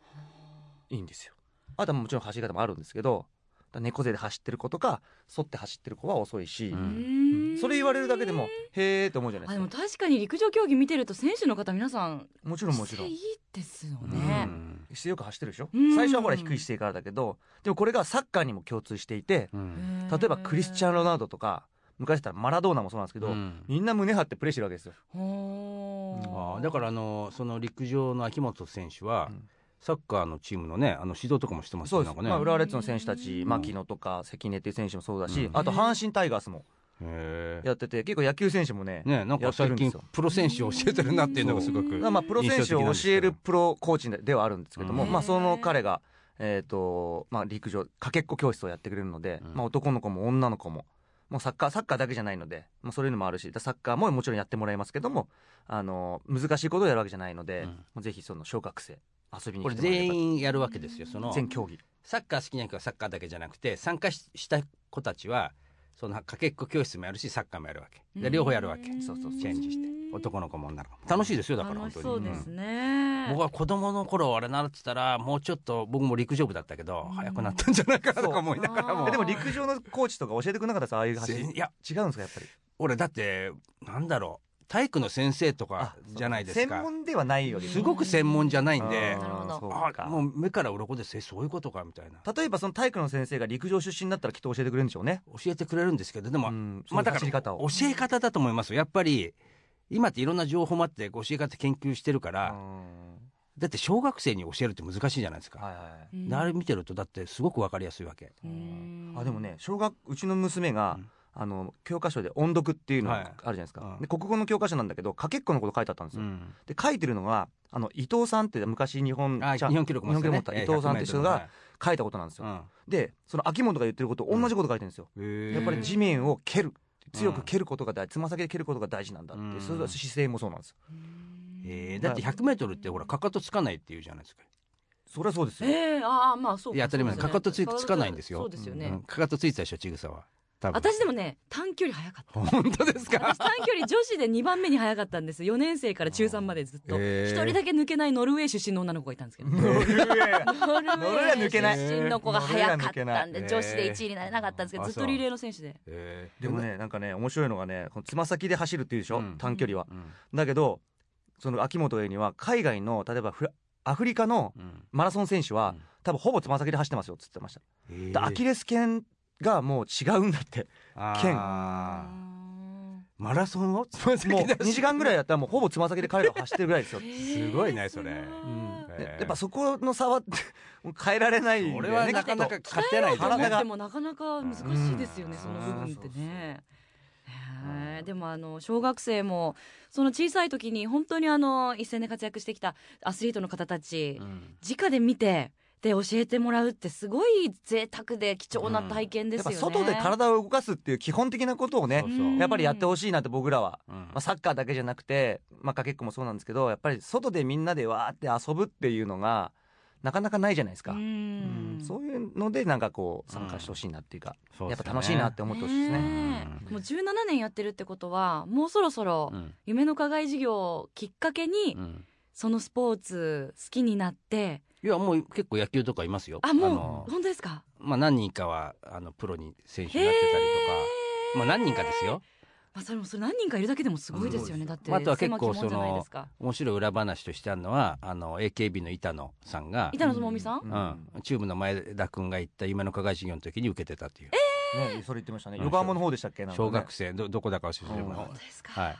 Speaker 4: いいんですよあとはもちろん走り方もあるんですけどだから猫背で走ってる子とか反って走ってる子は遅いし、
Speaker 2: う
Speaker 1: うんーん
Speaker 4: それ言われるだけでもへーって思うじゃない
Speaker 1: あ
Speaker 4: で
Speaker 1: ですも
Speaker 4: か
Speaker 1: 確かに陸上競技見てると選手の方皆さん
Speaker 4: もちろんも
Speaker 1: 姿勢
Speaker 4: ちろん
Speaker 1: いいですよ
Speaker 2: う
Speaker 1: ね
Speaker 2: ん
Speaker 4: 姿勢よく走ってるでしょ
Speaker 1: うん
Speaker 4: 最初はほら低い姿勢からだけどでもこれがサッカーにも共通していて
Speaker 2: うん
Speaker 1: へー
Speaker 4: 例えばクリスチャン・ロナウドとか昔だったらマラドーナもそうなんですけど、
Speaker 2: うん
Speaker 4: みんな胸張ってプレーしてるわけですよ、
Speaker 1: ほー
Speaker 2: あーだからあのその陸上の秋元選手は、
Speaker 4: うん
Speaker 2: サッカーのチームのねあの指導とかもしてます
Speaker 4: そう
Speaker 2: よな
Speaker 4: です、
Speaker 2: んかね、
Speaker 4: まあ、
Speaker 2: へ
Speaker 4: 浦和レッズの選手たち
Speaker 1: うん
Speaker 4: 牧野とか関根っていう選手もそうだし、
Speaker 2: うん
Speaker 4: あと阪神タイガースも
Speaker 2: え
Speaker 4: やってて結構野球選手もね
Speaker 2: ねなんか
Speaker 4: やって
Speaker 2: 最
Speaker 4: るんで
Speaker 2: 近
Speaker 4: すよ
Speaker 2: プロ選手を教えてるなっていうのがすご
Speaker 1: そ
Speaker 2: く
Speaker 1: う
Speaker 4: まあまあプロ選手を教えるプロコーチではあるんですけども、
Speaker 2: うん
Speaker 4: まあ、その彼が、えーとまあ、陸上かけっこ教室をやってくれるので、
Speaker 2: うん
Speaker 4: まあ、男の子も女の子も。もうサッカーサッカーだけじゃないので、まあ、そういうのもあるしだサッカーももちろんやってもらいますけども、あの難しいことをやるわけじゃないので、
Speaker 2: うん
Speaker 4: もうぜひその小学生遊びに
Speaker 2: こ
Speaker 4: 来
Speaker 2: れ
Speaker 4: てもらえれば
Speaker 2: 全員やるわけですよその
Speaker 4: 全競技
Speaker 2: サッカー好きな人はサッカーだけじゃなくて参加しした子たちはそのかけっこ教室もやるしサッカーもやるわけで両方やるわけ
Speaker 1: うん
Speaker 2: そうそうチェンジして男の子も女の子も楽しいですよだから
Speaker 1: 楽
Speaker 2: 本
Speaker 1: し
Speaker 2: 当に
Speaker 1: そうです
Speaker 2: ん
Speaker 1: ね
Speaker 2: 僕は子供の頃あれ習ってたらもうちょっと僕も陸上部だったけど早くなったんじゃないかなとか思いながらも
Speaker 4: えでも陸上のコーチとか教えてくれなかったですああいう走り違うん
Speaker 2: 全
Speaker 4: で
Speaker 2: いや
Speaker 4: すかやっぱり
Speaker 2: 俺だってなんだろう体育の先生とかじゃないです
Speaker 4: 専
Speaker 2: か
Speaker 4: 門ではないわけです
Speaker 2: すごく専門じゃないんで
Speaker 1: なるほど
Speaker 4: そう
Speaker 2: あ
Speaker 4: か
Speaker 2: もう目から鱗ですえそういうことかみたいな
Speaker 4: 例えばその体育の先生が陸上出身だったらきっと教えてくれるんでしょうね
Speaker 2: 教えてくれるんですけどでも、
Speaker 4: うん
Speaker 2: まあだ
Speaker 4: その走り
Speaker 2: から
Speaker 4: 方
Speaker 2: 教
Speaker 4: を
Speaker 2: え方だと思いますよやっぱり今っていろんな情報もあって教え方研究してるから、
Speaker 4: うん
Speaker 2: だって小学生に教えるって難しいじゃないですか、
Speaker 4: はいは
Speaker 1: う
Speaker 4: い
Speaker 1: ん
Speaker 2: であれ見てるとだってすごくわかりやすいわけ、
Speaker 1: うん
Speaker 4: あでもね小学うちの娘が、
Speaker 2: うん
Speaker 4: あの教科書で音読っていうのが
Speaker 2: は
Speaker 4: あ
Speaker 2: い
Speaker 4: るじゃないですか、
Speaker 2: うん
Speaker 4: で国語の教科書なんだけどかけっこのこと書いてあったんですよ、で書いてるのがあの伊藤さんって昔日本
Speaker 2: あ
Speaker 4: チャ
Speaker 2: 日本記録持
Speaker 4: 日
Speaker 2: ってたね
Speaker 4: 本記録持った伊藤さんって人が書いたことなんですよ、でその秋元が言ってること同じこと書いてるんですよ、
Speaker 2: や
Speaker 4: やっぱり地面を蹴
Speaker 2: う
Speaker 4: る
Speaker 2: ん
Speaker 4: 強く蹴ることが大事つま先で蹴ることが大事なんだって、
Speaker 2: うん
Speaker 4: それは姿勢もそうなんですよ
Speaker 2: えーだって1 0 0ルってほらかかとつかないっていうじゃないですか、
Speaker 4: それはそうですよ、
Speaker 1: ええああまあそう
Speaker 2: いや当たり前
Speaker 1: そうですね
Speaker 2: かかとついつかないんですよ
Speaker 1: そうですよ
Speaker 2: う
Speaker 1: ね
Speaker 2: んかかとついてたでしょちぐさは多分
Speaker 1: 私でもね短距離早かった
Speaker 2: (laughs) 本当ですか
Speaker 1: 私短距離女子で2番目に早かったんです4年生から中3までずっと
Speaker 2: へえ
Speaker 1: 一人だけ抜けないノルウェー出身の女の子がいたんです (laughs) けど
Speaker 4: ノルウ
Speaker 1: ノ
Speaker 4: ェ (laughs) ー
Speaker 1: ルウ
Speaker 4: ノルウェー
Speaker 1: ェー
Speaker 4: 抜けない
Speaker 1: 出身の子が早かっ
Speaker 4: ノ
Speaker 1: たん
Speaker 4: ルウェー抜
Speaker 2: けな
Speaker 1: で
Speaker 2: い
Speaker 1: 女子で1位になれなかったんですけど
Speaker 2: へえ
Speaker 1: ずっとリレーの選手で
Speaker 2: えー
Speaker 4: でもねなんかね面白いのがねこのつま先で走るっていうでしょ、
Speaker 2: うん
Speaker 4: 短距離は
Speaker 2: うん
Speaker 4: だけどその秋元が言うには海外の例えばフラアフリカの
Speaker 2: うん
Speaker 4: マラソン選手は、
Speaker 2: うん
Speaker 4: 多分ほぼつま先で走ってますよっつってました、
Speaker 2: えー
Speaker 4: でアキレス腱がもう違うんだって剣
Speaker 2: あー
Speaker 1: あ
Speaker 2: マラソンを
Speaker 4: も (laughs) う2時間ぐらいやったらもうほぼつま先で彼らは走ってるぐらいで
Speaker 2: (laughs)
Speaker 4: すよ、
Speaker 1: ー
Speaker 5: すごいねそれ
Speaker 1: えーすごい
Speaker 2: うん
Speaker 5: え
Speaker 4: で
Speaker 5: ー
Speaker 4: やっぱそこの差は (laughs) もう変えられないんだよね
Speaker 2: 俺はなかなか勝てない
Speaker 4: 鍛えようと思
Speaker 2: よ
Speaker 4: っ
Speaker 2: ね
Speaker 1: で
Speaker 4: 体が
Speaker 1: もなかなか難しいですよね、
Speaker 2: うん
Speaker 1: その部分って
Speaker 4: そうそうそう
Speaker 1: ね。へえでもあの小学生もその小さい時に本当にあの一戦で活躍してきたアスリートの方たち、
Speaker 2: うん
Speaker 1: 直で見てで教えてもらうってすごい贅沢で貴重な体験で
Speaker 4: やっ
Speaker 1: すよ
Speaker 4: ぱ
Speaker 1: ね。
Speaker 4: 外で体を動かすっていう基本的なことをね
Speaker 2: そうそう
Speaker 4: やっぱりやってほしいなって僕らは、
Speaker 2: うん
Speaker 4: まあ、サッカーだけじゃなくて、まあ、かけっこもそうなんですけどやっぱり外でみんなでわーって遊ぶっていうのがなかなかないじゃないですか、
Speaker 1: う
Speaker 4: うん
Speaker 1: ん
Speaker 4: そういうのでなんかこう参加してほしいなっていうか、
Speaker 2: そう
Speaker 4: や
Speaker 2: で
Speaker 4: っ
Speaker 2: すよね
Speaker 4: ぱ楽しいなって思ってほしいですね
Speaker 1: ねえもう17年やってるってことはもうそろそろ
Speaker 2: うん
Speaker 1: 夢の課外事業をきっかけに
Speaker 2: うん
Speaker 1: そのスポーツ好きになって
Speaker 2: いやもう結構野球とかいますよ
Speaker 1: あ
Speaker 2: の
Speaker 1: もう本当ですか
Speaker 2: まあ何人かはあのプロに選手になってたりとかまあ何人かですよ
Speaker 1: まあ、それもそれ何人かいるだけでもすごいですよね、だって
Speaker 2: まああとは結構
Speaker 1: 狭き門じゃないですか
Speaker 2: 面白い裏話としてあるのはあの AKB の板野さんが
Speaker 1: 板野友美さん、
Speaker 4: う
Speaker 2: うん、チューブの前田君が行った夢の課外授業の時に受けてたっていう、
Speaker 4: ね、それ言ってましたね
Speaker 2: うん
Speaker 4: 横浜の方でしたっけなんかね
Speaker 2: 小学生どどこだか忘れてるけど
Speaker 4: うん
Speaker 1: そうですか、
Speaker 2: はい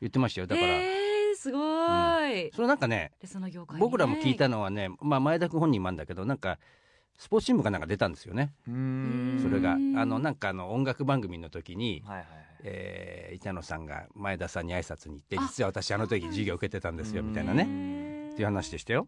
Speaker 2: 言ってましたよだから、
Speaker 1: えー、すごーい、
Speaker 2: それなんかね
Speaker 1: でその業界にね
Speaker 2: 僕らも聞いたのはね、まあ、前田君本人もあるんだけどなんかスポーツ新聞かなんか出たんですよね
Speaker 4: うー
Speaker 1: うん
Speaker 2: それがあ
Speaker 1: うん
Speaker 2: のなんかあの音楽番組の時に、
Speaker 4: はいはいはい
Speaker 2: えー板野さんが前田さんに挨拶に行って
Speaker 1: あ
Speaker 2: 実は私あの時授業受けてたんですよ
Speaker 4: うん
Speaker 2: みたいな
Speaker 1: へ
Speaker 2: ね
Speaker 1: ー
Speaker 2: っていう話でしたよ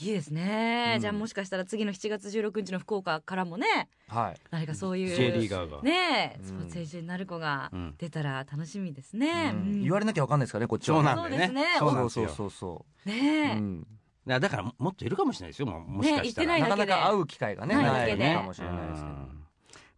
Speaker 1: いいですね、
Speaker 2: うん
Speaker 1: じゃあもしかしたら次の7月16日の福岡からもね
Speaker 4: はい
Speaker 1: 何かそういう
Speaker 2: J リーガーが、
Speaker 1: ねえ
Speaker 4: うん
Speaker 1: スポーツ選手になる子が
Speaker 2: うん
Speaker 1: 出たら楽しみですね、
Speaker 4: うん
Speaker 1: うん
Speaker 4: 言われなきゃわかんないですからねこっちは
Speaker 2: そうなん
Speaker 1: だ
Speaker 2: で
Speaker 1: そうで
Speaker 2: ね
Speaker 1: すね
Speaker 2: そうなんです
Speaker 4: そ
Speaker 2: よ
Speaker 4: うそうそ
Speaker 1: ね
Speaker 4: う、
Speaker 1: え、
Speaker 4: うん
Speaker 2: だからだからもっといるかもしれないですよもうもしかしたら、
Speaker 1: ね行って
Speaker 4: なかなか会う機会がね
Speaker 1: ない
Speaker 4: な
Speaker 1: だけ
Speaker 4: い
Speaker 1: で
Speaker 4: かもしれないですけど
Speaker 2: うん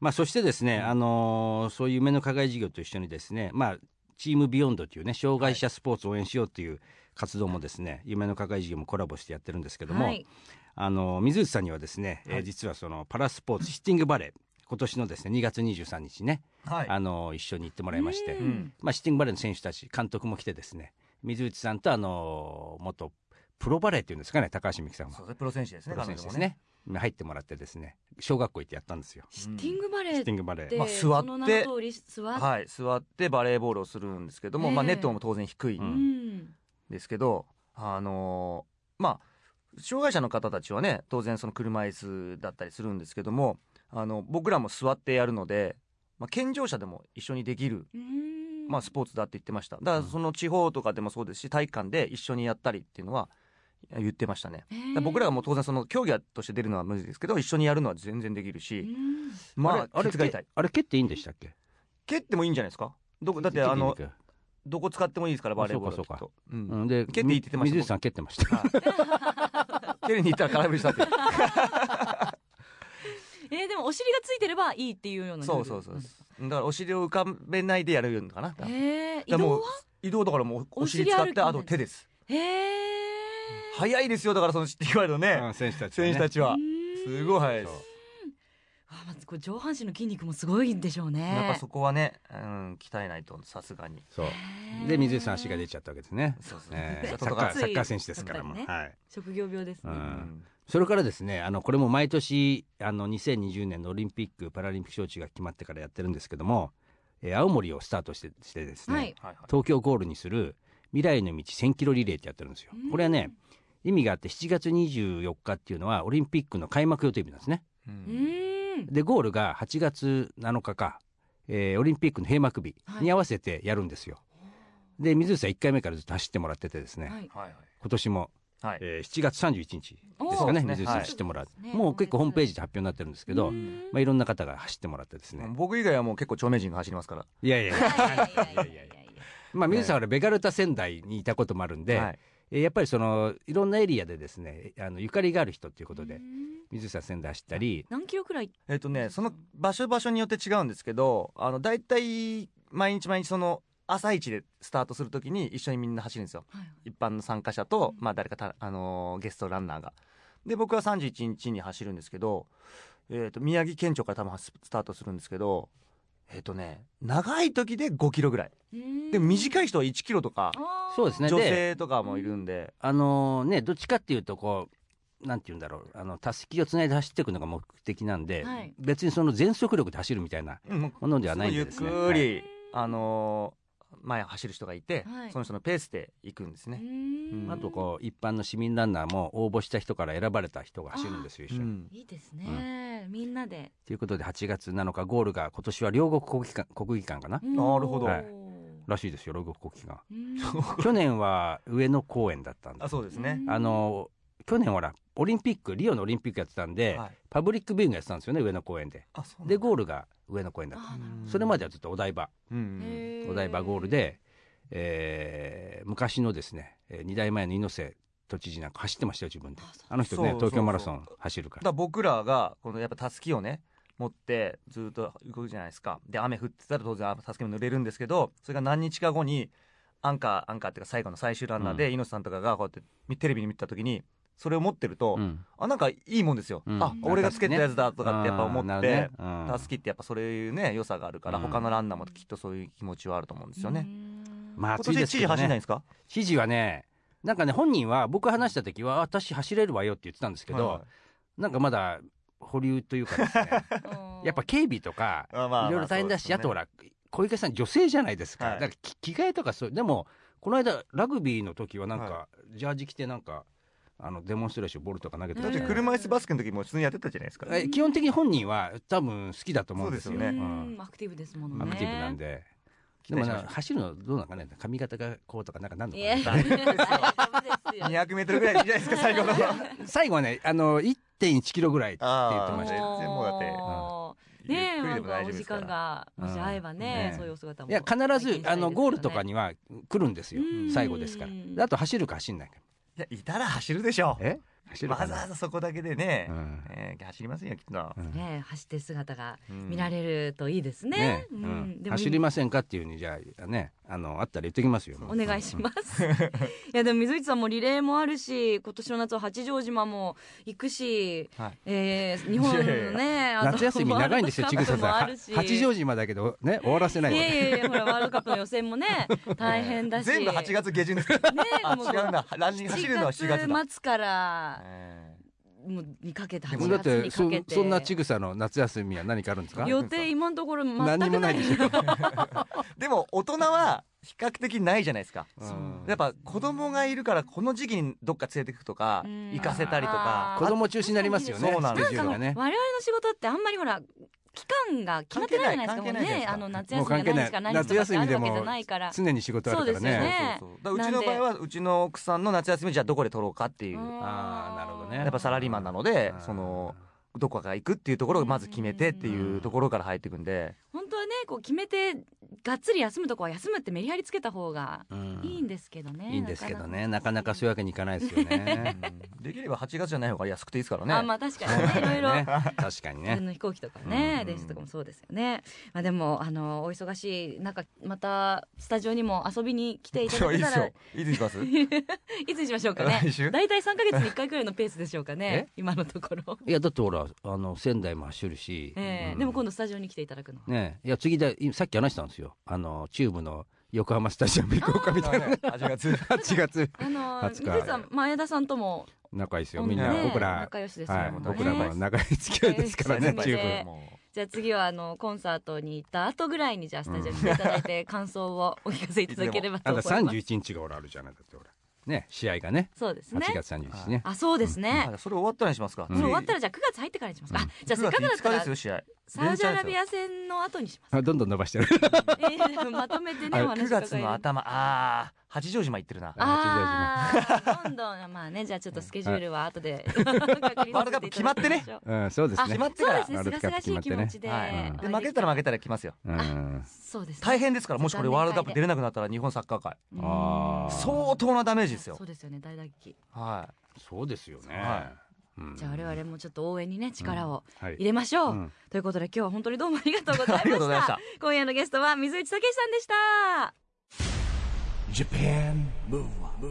Speaker 2: まあ、そしてですね、あのーそういう夢の課外事業と一緒にですね、まあ、チームビヨンドというね障害者スポーツを応援しようという活動もですね、夢の課外事業もコラボしてやってるんですけども、
Speaker 1: はい
Speaker 2: あのー水内さんにはですね、えー実はそのパラスポーツシッティングバレー今年のですね2月23日ね、
Speaker 4: はい
Speaker 2: あのー一緒に行ってもらいまして、
Speaker 1: うん
Speaker 2: まあ、シッティングバレーの選手たち監督も来てですね水内さんと、あのー元プロバレーっていうんですかね高橋美樹さんは
Speaker 4: そうですねプロ選手です
Speaker 2: プ
Speaker 4: ね
Speaker 2: ロ選手です
Speaker 4: 彼女も
Speaker 2: ね入ってもらってですね小学校行ってやったんですよ。
Speaker 1: シッティングバレ
Speaker 2: シ
Speaker 1: ー
Speaker 2: ッテ
Speaker 1: って
Speaker 2: ィングバレー。
Speaker 4: まあ座っ
Speaker 1: そ
Speaker 4: て
Speaker 1: の名の通り座って、
Speaker 4: はい座ってバレーボールをするんですけども、まあ、
Speaker 1: ええ
Speaker 4: ネットも当然低い
Speaker 2: うん
Speaker 1: うんん
Speaker 4: ですけど、あのーまあ障害者の方たちはね当然その車椅子だったりするんですけどもあの僕らも座ってやるので、まあ、健常者でも一緒にできる、
Speaker 1: うん
Speaker 4: まあ、スポーツだって言ってましただからその地方とかでもそうですし体育館で一緒にやったりっていうのは言ってましたね。
Speaker 1: へ
Speaker 4: だ
Speaker 1: ー
Speaker 4: から僕らがもう当然その競技として出るのは無理ですけど一緒にやるのは全然できる
Speaker 1: う
Speaker 4: し、
Speaker 1: ん
Speaker 4: まあ
Speaker 2: あれ
Speaker 4: ケツが痛い
Speaker 2: あれ蹴っていいんでしたっけ？
Speaker 4: 蹴ってもいいんじゃないですかどこだって
Speaker 2: 蹴いい
Speaker 4: あ
Speaker 2: んだ
Speaker 4: の
Speaker 2: っけ
Speaker 4: どこ使ってもいいですからバレーボール
Speaker 2: そう
Speaker 4: は
Speaker 2: かそ
Speaker 4: きっ
Speaker 2: う
Speaker 4: と、うん
Speaker 2: うんで
Speaker 4: 蹴っていいって言ってました
Speaker 2: 水内さん蹴ってま (laughs) した。
Speaker 4: 蹴りに行ったら空振りしたっていう
Speaker 1: えーでもお尻がついてればいいっていうようなルー
Speaker 4: (laughs) そ
Speaker 1: ル
Speaker 4: うそうそうだからお尻を浮かべないでやるのかな
Speaker 1: へえ移
Speaker 4: だからもう
Speaker 1: 動は
Speaker 4: 移動だからもうお尻
Speaker 1: お尻
Speaker 4: 使
Speaker 1: 歩
Speaker 4: っ
Speaker 1: き
Speaker 4: てあと手です
Speaker 1: へえ
Speaker 4: 早いですよだからそのって言われるね、
Speaker 2: 選手たち
Speaker 4: 選手たちはすごい早いで
Speaker 2: そう
Speaker 4: す
Speaker 1: あまずこう上半身の筋肉もすごいんでしょうね
Speaker 4: やっぱそこはね、うん、鍛えないとさすがに
Speaker 2: そう
Speaker 1: へー
Speaker 2: で水内さん足が出ちゃったわけですね。
Speaker 4: そうそう
Speaker 2: ね
Speaker 4: ちょっと
Speaker 2: サッ
Speaker 4: だ
Speaker 2: カー
Speaker 4: から
Speaker 1: つい
Speaker 2: サッカー選手ですからもう
Speaker 1: やっぱ
Speaker 2: はい。
Speaker 1: 職業病です
Speaker 2: う。
Speaker 1: ね
Speaker 4: うんん
Speaker 2: それからですねあのこれも毎年あの2020年のオリンピック・パラリンピック招致が決まってからやってるんですけども、えー青森をスタートしてしてですね、
Speaker 1: はい
Speaker 4: はいはい
Speaker 2: 東京ゴールにする未来の道1000キロリレーってやってるんですよ
Speaker 1: うん。
Speaker 2: これはね意味があって7月24日っていうのはオリンピックの開幕予定日なんですね。
Speaker 4: う
Speaker 1: うんーん
Speaker 2: でゴールが8月7日か、えーオリンピックの閉幕日に合わせてやるんですよ。で水内さん1回目からずっと走ってもらっててですね、
Speaker 1: はい
Speaker 4: はいはい
Speaker 2: 今年も、
Speaker 4: はい
Speaker 2: えー7月31日ですかね
Speaker 4: おー
Speaker 2: 水内さん
Speaker 4: はい
Speaker 2: 走ってもらう、
Speaker 1: そうですね
Speaker 2: もう結構ホームページで発表になってるんですけど、
Speaker 1: うん
Speaker 2: まあ、いろんな方が走ってもらってですね、
Speaker 4: 僕以外はもう結構著名人が走りますから
Speaker 2: いやいやい
Speaker 1: い
Speaker 2: や
Speaker 1: やいやいやいやいや
Speaker 2: まあ水内さんはベガルタ仙台にいたこともあるんで、
Speaker 4: はい
Speaker 2: えーやっぱりそのいろんなエリアでですねあのゆかりがある人っていうこと
Speaker 1: う
Speaker 2: で
Speaker 1: ん
Speaker 2: 水内さん仙台走ったり、
Speaker 1: 何キロくらい
Speaker 4: えっとねその場所場所によって違うんですけどあの大体毎日毎日その朝一でスタートするときに一緒にみんな走るんですよ
Speaker 1: はい
Speaker 4: 一般の参加者と、まあ、誰かた、あのーゲストランナーがで僕は31日に走るんですけど、えっと宮城県庁から多分ススタートするんですけどえっ、とね長い時で5キロぐらいでも
Speaker 1: い
Speaker 4: 短い人は1キロとか
Speaker 2: そうですね
Speaker 4: 女
Speaker 2: で
Speaker 4: 性とかもいるんで
Speaker 2: あのねどっちかっていうとこうなんて言うんだろうあのたすきをつないで走っていくのが目的なんで、
Speaker 1: はい
Speaker 2: 別にその全速力で走るみたいな
Speaker 4: うんもう
Speaker 2: ものではないんで
Speaker 4: ゆっ
Speaker 2: ですね
Speaker 4: く
Speaker 2: はい
Speaker 4: り、あのー前走る人がいて、
Speaker 1: はい
Speaker 4: その人のペースで行くんですね。うん
Speaker 2: あとこう一般の市民ランナーも応募した人から選ばれた人が走るんですよ一緒に。
Speaker 4: うん
Speaker 1: いいですね、みんなで
Speaker 2: ということで8月7日ゴールが今年は両国国技館国技館かな、
Speaker 4: なるほど
Speaker 2: はいらしいですよ両国国技館。去年は上野公園だったんで
Speaker 4: あ
Speaker 2: す。
Speaker 4: そうですね。
Speaker 2: あの去年ほらオリンピックリオのオリンピックやってたんで、
Speaker 4: はい
Speaker 2: パブリックビューイングやってたんですよね上野公園で。
Speaker 4: あそうなんだ
Speaker 2: でゴールが上野公園だった。それまではずっとお台場
Speaker 4: うん
Speaker 2: お台場ゴールで、えー昔のですねえー二代前の猪瀬都知事なんか走ってましたよ自分で
Speaker 1: あそう
Speaker 2: あの人
Speaker 4: そう
Speaker 2: ね
Speaker 4: そう
Speaker 2: 東京マラソン走るか
Speaker 4: だからら僕らがこのやっぱたすきをね持ってずっと動くじゃないですかで雨降ってたら当然たすきも濡れるんですけどそれが何日か後にアンカーアンカーっていうか最後の最終ランナーで猪瀬さんとかがこうやってテレビに見てた時にそれを持ってると、
Speaker 2: うん
Speaker 4: あなんかいいもんですよ、
Speaker 2: うん
Speaker 4: あ俺がつけたやつだとかってやっぱ思
Speaker 2: あーな
Speaker 4: っ
Speaker 2: る
Speaker 4: て
Speaker 2: ねうん
Speaker 4: たすきってやっぱそういうね良さがあるから、
Speaker 2: うん
Speaker 4: 他のランナーもきっとそういう気持ちはあると思うんですよね、
Speaker 2: まあ
Speaker 4: 今
Speaker 2: 暑いで
Speaker 4: 年
Speaker 2: すけ
Speaker 4: 知事
Speaker 2: ど
Speaker 4: 走んないん
Speaker 2: ね
Speaker 4: ですか
Speaker 2: 知事はねなんかね本人は僕話した時はあ私走れるわよって言ってたんですけど、
Speaker 4: はいはい
Speaker 2: なんかまだ保留というか
Speaker 4: (laughs)
Speaker 2: ですねやっぱ警備とか
Speaker 4: あまあまあ
Speaker 2: いろいろ大変だし、
Speaker 4: そうですね
Speaker 2: あとほら小池さん女性じゃないですか、
Speaker 4: はい
Speaker 2: だからき着替えとかそうでもこの間ラグビーの時はなんか、
Speaker 4: は
Speaker 2: ジャージ着てなんかあのデモンストレーションボールとか投げて
Speaker 4: だ
Speaker 2: た
Speaker 4: っ
Speaker 2: じ
Speaker 4: て
Speaker 2: ゃない
Speaker 4: 車椅子バスケの時も普通にやってたじゃないですか、
Speaker 2: え基本的に本人は多分好きだと思うんですよ
Speaker 4: そうですよね
Speaker 2: うん
Speaker 1: アクティブですものね
Speaker 2: アクティブなんで。
Speaker 4: 期
Speaker 2: でも
Speaker 4: 待しましょう
Speaker 2: な走るのどうなんかね髪型がこうとかなんかなんの
Speaker 1: い
Speaker 2: か
Speaker 1: や
Speaker 2: な
Speaker 1: 大丈夫ですよ
Speaker 4: 200メートルぐらいでいいじゃないですか最後の
Speaker 1: (laughs)
Speaker 2: 最後はねあの1.1キロぐらいって言ってましたよ
Speaker 4: 全然もうだって
Speaker 1: ねえ
Speaker 4: ゆっく
Speaker 1: なんかお
Speaker 4: りでも大丈夫で
Speaker 1: 時
Speaker 4: すか
Speaker 1: 間
Speaker 4: ら
Speaker 1: がもし合えばね,、
Speaker 2: うん
Speaker 1: そういうお姿も
Speaker 2: いや必
Speaker 1: 拝見
Speaker 2: ず
Speaker 1: したい
Speaker 2: あの
Speaker 1: ですけどね
Speaker 2: ゴールとかには来るんですよ
Speaker 1: うん
Speaker 2: 最後ですからであと走るか走んないか
Speaker 4: いやいたら走るでしょ
Speaker 2: え走る
Speaker 4: わ
Speaker 2: か
Speaker 4: ざわ
Speaker 2: な
Speaker 4: ざそこだけでね、
Speaker 2: うん
Speaker 4: えー走りますよきっと、
Speaker 2: うん
Speaker 1: ねえ走ってる姿が
Speaker 4: うん
Speaker 1: 見られるといいですね,、
Speaker 2: ね
Speaker 1: う
Speaker 2: うんん
Speaker 1: でも
Speaker 2: 走りませんかっていうふうにじゃあねあのあったら言ってきますよ
Speaker 1: お願いします。いやでも水内さんもリレーもあるし、今年の夏は八丈島も行くし、
Speaker 4: はい
Speaker 1: えー日本の
Speaker 4: いやいやい
Speaker 1: ね、あと
Speaker 2: 夏休み長いんです
Speaker 1: (laughs)
Speaker 2: よちぐさ
Speaker 1: ワ
Speaker 2: さ
Speaker 1: ールドカップもあるし
Speaker 2: ん八丈島だけどね終わらせない
Speaker 1: い
Speaker 2: の
Speaker 1: やいやいや、ほらワールドカップの予選もね、大変だし。
Speaker 4: 全部8月下旬
Speaker 1: (laughs)
Speaker 4: ですか、
Speaker 1: ね
Speaker 4: あ違
Speaker 1: も
Speaker 4: うんだランニング走るのは4月だ、
Speaker 1: 7末から
Speaker 4: え
Speaker 1: もうにかけて、
Speaker 2: もう
Speaker 1: 8
Speaker 2: だっ
Speaker 1: 月
Speaker 2: て
Speaker 1: にか
Speaker 2: そ
Speaker 1: けて。
Speaker 2: そんなちぐさの夏休みは何かあるんですか
Speaker 1: 予定今のところ全くない。
Speaker 2: 何もないで
Speaker 1: (laughs)
Speaker 2: しょ
Speaker 4: ーでも大人は比較的ないじゃないですか、
Speaker 2: うん
Speaker 4: やっぱ子供がいるからこの時期にどっか連れてくとか、
Speaker 1: うん
Speaker 4: 行かせたりとか
Speaker 1: あ
Speaker 2: 子供中止になりますよね
Speaker 4: そうなんです
Speaker 2: スケジュー
Speaker 4: よ
Speaker 2: ルがね
Speaker 1: 我々の仕事ってあんまりほら期間が決まってないじゃないですかもう
Speaker 4: 関係ない関係ないじゃない
Speaker 1: ね
Speaker 4: ですか
Speaker 1: あの夏
Speaker 2: もう関係ない夏
Speaker 1: 休みが何日か何日とかって
Speaker 2: 休
Speaker 1: あ
Speaker 2: み
Speaker 1: る
Speaker 2: で
Speaker 1: わけじゃ
Speaker 2: も
Speaker 1: ないから
Speaker 2: 常に仕事あるから
Speaker 1: そうですよ
Speaker 2: ね
Speaker 1: ね
Speaker 4: そうそうそうだからうちの場合はうちの奥さんの夏休みじゃあどこで取ろうかっていう、
Speaker 2: あーなるほどね
Speaker 4: やっぱサラリーマンなので
Speaker 2: あー
Speaker 4: そのどこか行くっていうところをまず決めてっていうところから入っていくんで、
Speaker 1: 本当はねこう決めてがっつり休むとこは休むってメリハリつけた方が
Speaker 2: うん
Speaker 1: いいんですけどね、
Speaker 2: いいんですけどね
Speaker 1: な
Speaker 2: な
Speaker 1: か
Speaker 2: か
Speaker 1: な
Speaker 2: な
Speaker 1: か
Speaker 2: かそういうわけにいかないですよね
Speaker 4: できれば8月じゃない方が安くていいですからね。
Speaker 1: あまあ確かにね (laughs) いろいろ
Speaker 2: ね確かに
Speaker 1: 自分
Speaker 2: ね
Speaker 1: の飛行機とかね、
Speaker 4: うん
Speaker 1: 電車とかもそうですよね。まあでもあのお忙しい中またスタジオにも遊びに来ていただ
Speaker 4: い
Speaker 1: け
Speaker 4: いで
Speaker 1: た
Speaker 4: す
Speaker 1: ら
Speaker 4: よ。いいですま
Speaker 1: (laughs)
Speaker 4: す。
Speaker 1: いつにしましょうかね。
Speaker 4: 来週
Speaker 1: 大体3ヶ月に1回くらいのペースでしょう
Speaker 2: (laughs)
Speaker 1: かね。今のところ。
Speaker 2: いやだってほらあの仙台も走るし
Speaker 1: ええ
Speaker 2: うん
Speaker 1: でも今度スタジオに来ていただくの。
Speaker 2: ねえいや次だいさっき話したんですよあのチューブの横浜スタジアム行こうかみたいな
Speaker 4: 8月。
Speaker 2: 8月
Speaker 1: あの
Speaker 2: 初
Speaker 1: 水
Speaker 2: か
Speaker 1: 口さん前田さんとも
Speaker 2: 仲いいですよ
Speaker 1: ね
Speaker 2: みんな僕ら
Speaker 1: 仲良しですよ、
Speaker 2: はい
Speaker 1: ね
Speaker 2: 僕らも長い付き合いですから
Speaker 1: え
Speaker 2: ね
Speaker 1: え
Speaker 2: チュ
Speaker 1: そうです
Speaker 2: ー
Speaker 1: ねじゃあ次はあのコンサートに行った後ぐらいにじゃあスタジオに来ていただいて感想をお聞かせいただければ
Speaker 2: ブあん
Speaker 1: と思
Speaker 2: た
Speaker 1: います。
Speaker 2: 31日が俺あるじゃないだってほらね試合がね
Speaker 1: そうですね
Speaker 2: 8。月31日ね
Speaker 1: あそうですね。
Speaker 4: あそれ終わったらにしますか。
Speaker 1: それ終わったらじゃあ9月入ってからにしますか。あじゃあせっか
Speaker 4: 9
Speaker 1: くだっ
Speaker 4: 月5
Speaker 1: た
Speaker 4: 日で
Speaker 1: ら
Speaker 4: すよ試合。
Speaker 1: サウジアラビ
Speaker 4: ア。
Speaker 1: ア戦の後
Speaker 2: (laughs)
Speaker 1: にします。
Speaker 2: あどんどん伸ばしてる
Speaker 1: ええまとめてねお話
Speaker 4: 9
Speaker 1: 伺える
Speaker 4: 月の頭。ああ八丈島行ってるな。
Speaker 1: ああ、どんどん、まあね、じゃあちょっとスケジュールは後で確認させていただきましょう。
Speaker 4: ワールドカップ決まってね
Speaker 2: うんそうです
Speaker 1: あ、
Speaker 2: ね
Speaker 1: 決
Speaker 4: 決
Speaker 1: ま
Speaker 4: ま
Speaker 1: っ
Speaker 4: って
Speaker 1: か。そうですね、す
Speaker 4: てからら
Speaker 1: がすがしい気持ちで。
Speaker 4: はい。で
Speaker 1: お会い
Speaker 4: 負
Speaker 1: で
Speaker 4: け
Speaker 1: き
Speaker 4: たら負けたら来ますよ。
Speaker 2: うん
Speaker 1: そうですね。
Speaker 4: 大変ですからもしこれワールドカップ出れなくなったら日本サッカー界
Speaker 1: うん
Speaker 2: あー
Speaker 4: 相当なダメージですよ
Speaker 1: そ。うですよね、大打撃。
Speaker 4: は
Speaker 2: そうですよね、
Speaker 4: は
Speaker 2: うん
Speaker 1: じゃあ我々もちょっと応援にね、力を
Speaker 2: はい
Speaker 1: 入れましょう。
Speaker 2: うん
Speaker 1: ということで今日は本当にどうもありがとうございま
Speaker 4: (laughs) ありがとう
Speaker 1: し
Speaker 4: ござい
Speaker 1: た。
Speaker 4: ました
Speaker 1: 今夜のゲストは水内武さんでした。
Speaker 3: Japan Move Up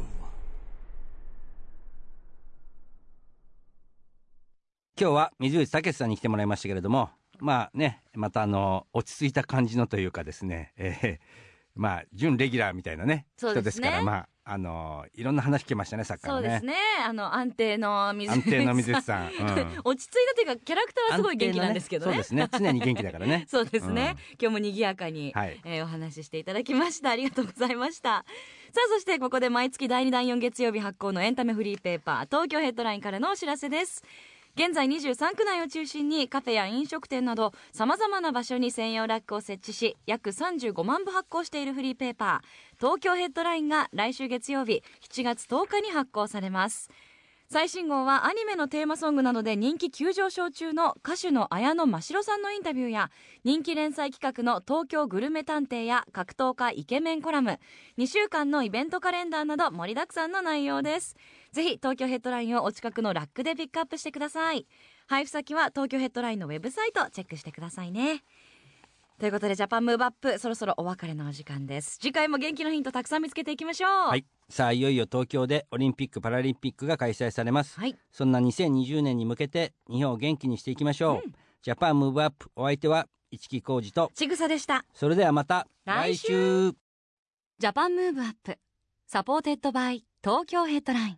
Speaker 2: 今日は水内武さんに来てもらいましたけれどもまあね、またあの、落ち着いた感じのというかですね、えーまあ、準レギュラーみたいなね、
Speaker 1: そう
Speaker 2: 人
Speaker 1: ですね
Speaker 2: ですから、まあ、あのいろんな話聞けましたね、サッカー
Speaker 1: そ
Speaker 2: の
Speaker 1: うです
Speaker 2: ね。
Speaker 1: ねあの安定の水
Speaker 2: 安定の水内さん。うん
Speaker 1: (laughs) 落ち着いたというかキャラクターはすごい元気なんですけどね。
Speaker 2: 安定のねそうですね。常に元気だからね
Speaker 1: (laughs) そうですね、今日も賑やかに、
Speaker 2: はい
Speaker 1: えーお話ししていただきましたありがとうございましたさあそしてここで毎月第2第4月曜日発行のエンタメフリーペーパー東京ヘッドラインからのお知らせです現在23区内を中心にカフェや飲食店などさまざまな場所に専用ラックを設置し約35万部発行しているフリーペーパー東京ヘッドラインが来週月曜日7月10日に発行されます最新号はアニメのテーマソングなどで人気急上昇中の歌手の綾野真白さんのインタビューや人気連載企画の「東京グルメ探偵」や格闘家イケメンコラム2週間のイベントカレンダーなど盛りだくさんの内容ですぜひ東京ヘッドラインをお近くのラックでピックアップしてください配布先は東京ヘッドラインのウェブサイトチェックしてくださいねということでジャパンムーブアップそろそろお別れのお時間です次回も元気のヒントたくさん見つけていきましょう
Speaker 2: はい。さあ、いよいよ東京でオリンピック・パラリンピックが開催されます。
Speaker 1: はい
Speaker 2: そんな2020年に向けて日本を元気にしていきましょう。ジャパンムーブアップお相手は市木浩二と、
Speaker 1: ちぐさでした
Speaker 2: それではまた
Speaker 1: 来週ジャパンムーブアップサポーテッドバイ東京ヘッドライン